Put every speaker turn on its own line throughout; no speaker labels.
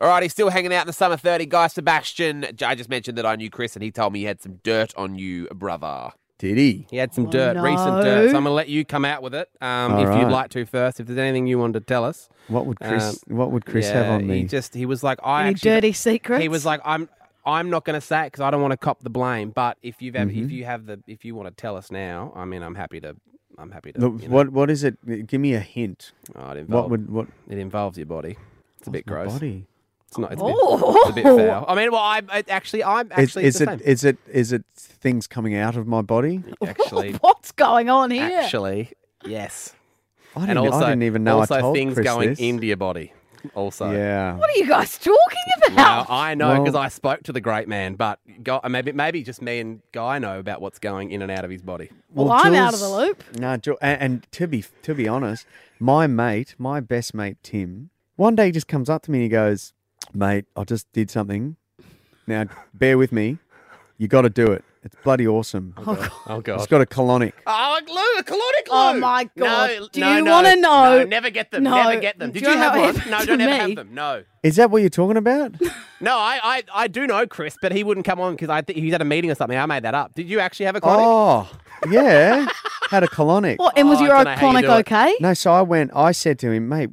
Alrighty, still hanging out in the summer 30. Guy Sebastian, I just mentioned that I knew Chris and he told me he had some dirt on you, brother.
Did he?
He had some Oh,
dirt,
no.
recent dirt. So I'm going to let you come out with it um,
All
if
right.
you'd like to first. If there's anything you wanted to tell us,
What would Chris-
Um,
what would Chris have
yeah,
on me?
He just he was like, I
Any
actually-
dirty secrets?
He was like, I'm I'm not going to say it because I don't want to cop the blame. But if you've ever, if
Mhm.
you have the if you want to tell us now, I mean, I'm happy to. I'm happy to.
Look,
you know.
what what is it? Give me a hint.
Oh, it
what
involved-
would what?
It involves your body. It's a bit
my
gross.
body?
It's not. It's,
Oh.
a, bit, it's a bit foul. I mean, well, I'm I, actually, I'm
Is,
actually
is
the
it
same.
is it is it things coming out of my body? Oh,
actually,
What's going on here?
actually, yes.
I didn't,
And also,
I didn't even know
also
I told
things
Chris
going
this.
into your body. Also,
Yeah.
What are you guys talking
Now,
about?
I know because
Well-
I spoke to the great man, but go, uh, maybe maybe just me and Guy know about what's going in and out of his body.
Well, I'm out of the
Jules-
loop.
No, Ju- and, and to be to be honest, my mate, my best mate Tim, one day he just comes up to me and he goes, "Mate, I just did something. Now, bear with me. You got to do it. It's bloody awesome.
Oh
it's
god.
got a colonic.
Oh, a glue, a colonic glue.
Oh, my
No,
God. Do
no,
you
no,
wanna know?
No, never get them.
No.
Never get them.
Do
Did
you
you,
know
have
what
one?
happened
No,
to
don't ever
me?
have them. No.
Is that what you're talking about?
No, I, I, I do know Chris, but he wouldn't come on because I think he's at a meeting or something. I made that up. Did you actually have a colonic?
oh, yeah. Had a colonic.
What, and was
Oh, I
your
dunno how you
iconic
do it.
okay?
No, so I went, I said to him, mate,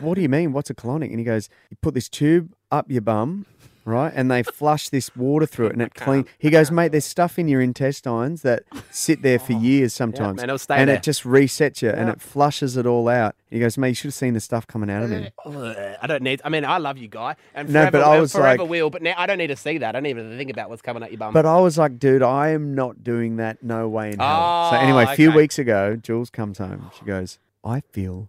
what do you mean? What's a colonic? And he goes, you put this tube up your bum, right? And they flush this water through it and it clean. He goes, mate, there's stuff in your intestines that sit there for years sometimes.
and Oh. it'll stay
And
there.
it just resets you and it flushes it all out. He goes, mate, you should have seen the stuff coming out of me.
Ugh, I don't need. I mean, I love you, guy, and
No,
forever,
but I
will,
was
forever
like-
will. But now I don't need to see that. I don't even think about what's coming out your bum.
But I was like, dude, I am not doing that. No way in hell. so
Oh,
anyway, a few
okay.
weeks ago, Jules comes home. She goes, I feel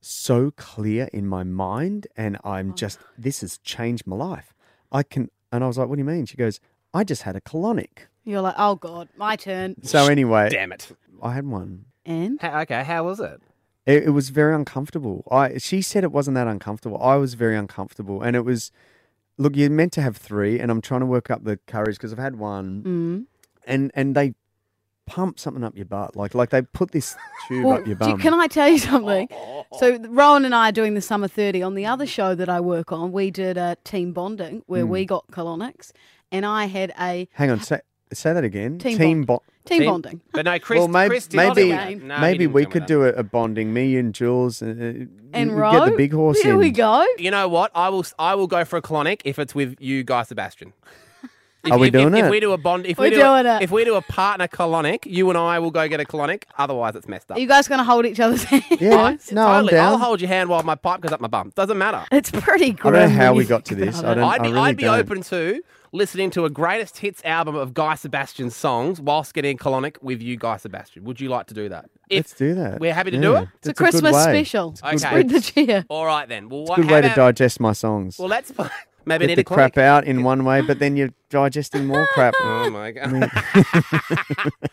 so clear in my mind, and I'm just this has changed my life. I can, and I was like, what do you mean? She goes, I just had a colonic.
You're like, oh god, my turn.
So anyway,
Damn it.
I had one.
And
How, okay, how was it?
It, it was very uncomfortable. I she said it wasn't that uncomfortable. I was very uncomfortable, and it was. Look, you're meant to have three, and I'm trying to work up the courage because I've had one.
mm.
and and they pump something up your butt. Like like they put this tube
Well,
up your
do you-
bum.
can I tell you something?
Oh,
So Rowan and I are doing the summer thirty on the other show that I work on. We did a team bonding where
Hmm.
we got colonics, and I had a
Hang on, say say that again.
Team
bond.
team,
Team-
bonding.
But no, Chris.
well, maybe
Chris did
maybe
do that. No, he
maybe
didn't
we
come
could
with
do a, a bonding. Me and Jules uh, uh,
And
you
Row,
get the big horse
Here
in.
we go.
that. You know what? I will. s- I will go for a colonic if it's with you, Guy Sebastian. If,
Are we
if,
doing
if,
it?
If we do a bond, if
We're
we do a,
doing it.
if we do a partner colonic, you and I will go get a colonic. Otherwise, it's messed up.
Are you guys going to hold each other's hand?
Yeah, no, I'm
Totally. I'll
down.
hold your hand while my pipe goes up my bum. Doesn't matter.
It's pretty
I don't
grim.
know
when
how
you
we got to
think
this.
about
I don't.
I'd be,
it.
I really
I'd be
don't.
open to listening to a greatest hits album of Guy Sebastian's songs whilst getting a colonic with you, Guy Sebastian. Would you like to do that? If-
Let's do that.
We're happy to do
Yeah.
it?
It's a
good
Christmas
way.
special.
It's a good,
Okay.
Spread the cheer.
all right then. Well,
it's a
what,
good
how
way to
about-
digest my songs.
Well, let's maybe I
Get
need a
the
colonic.
crap out in one way, but then you're digesting more crap.
Oh my god.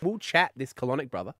we'll chat this colonic, brother.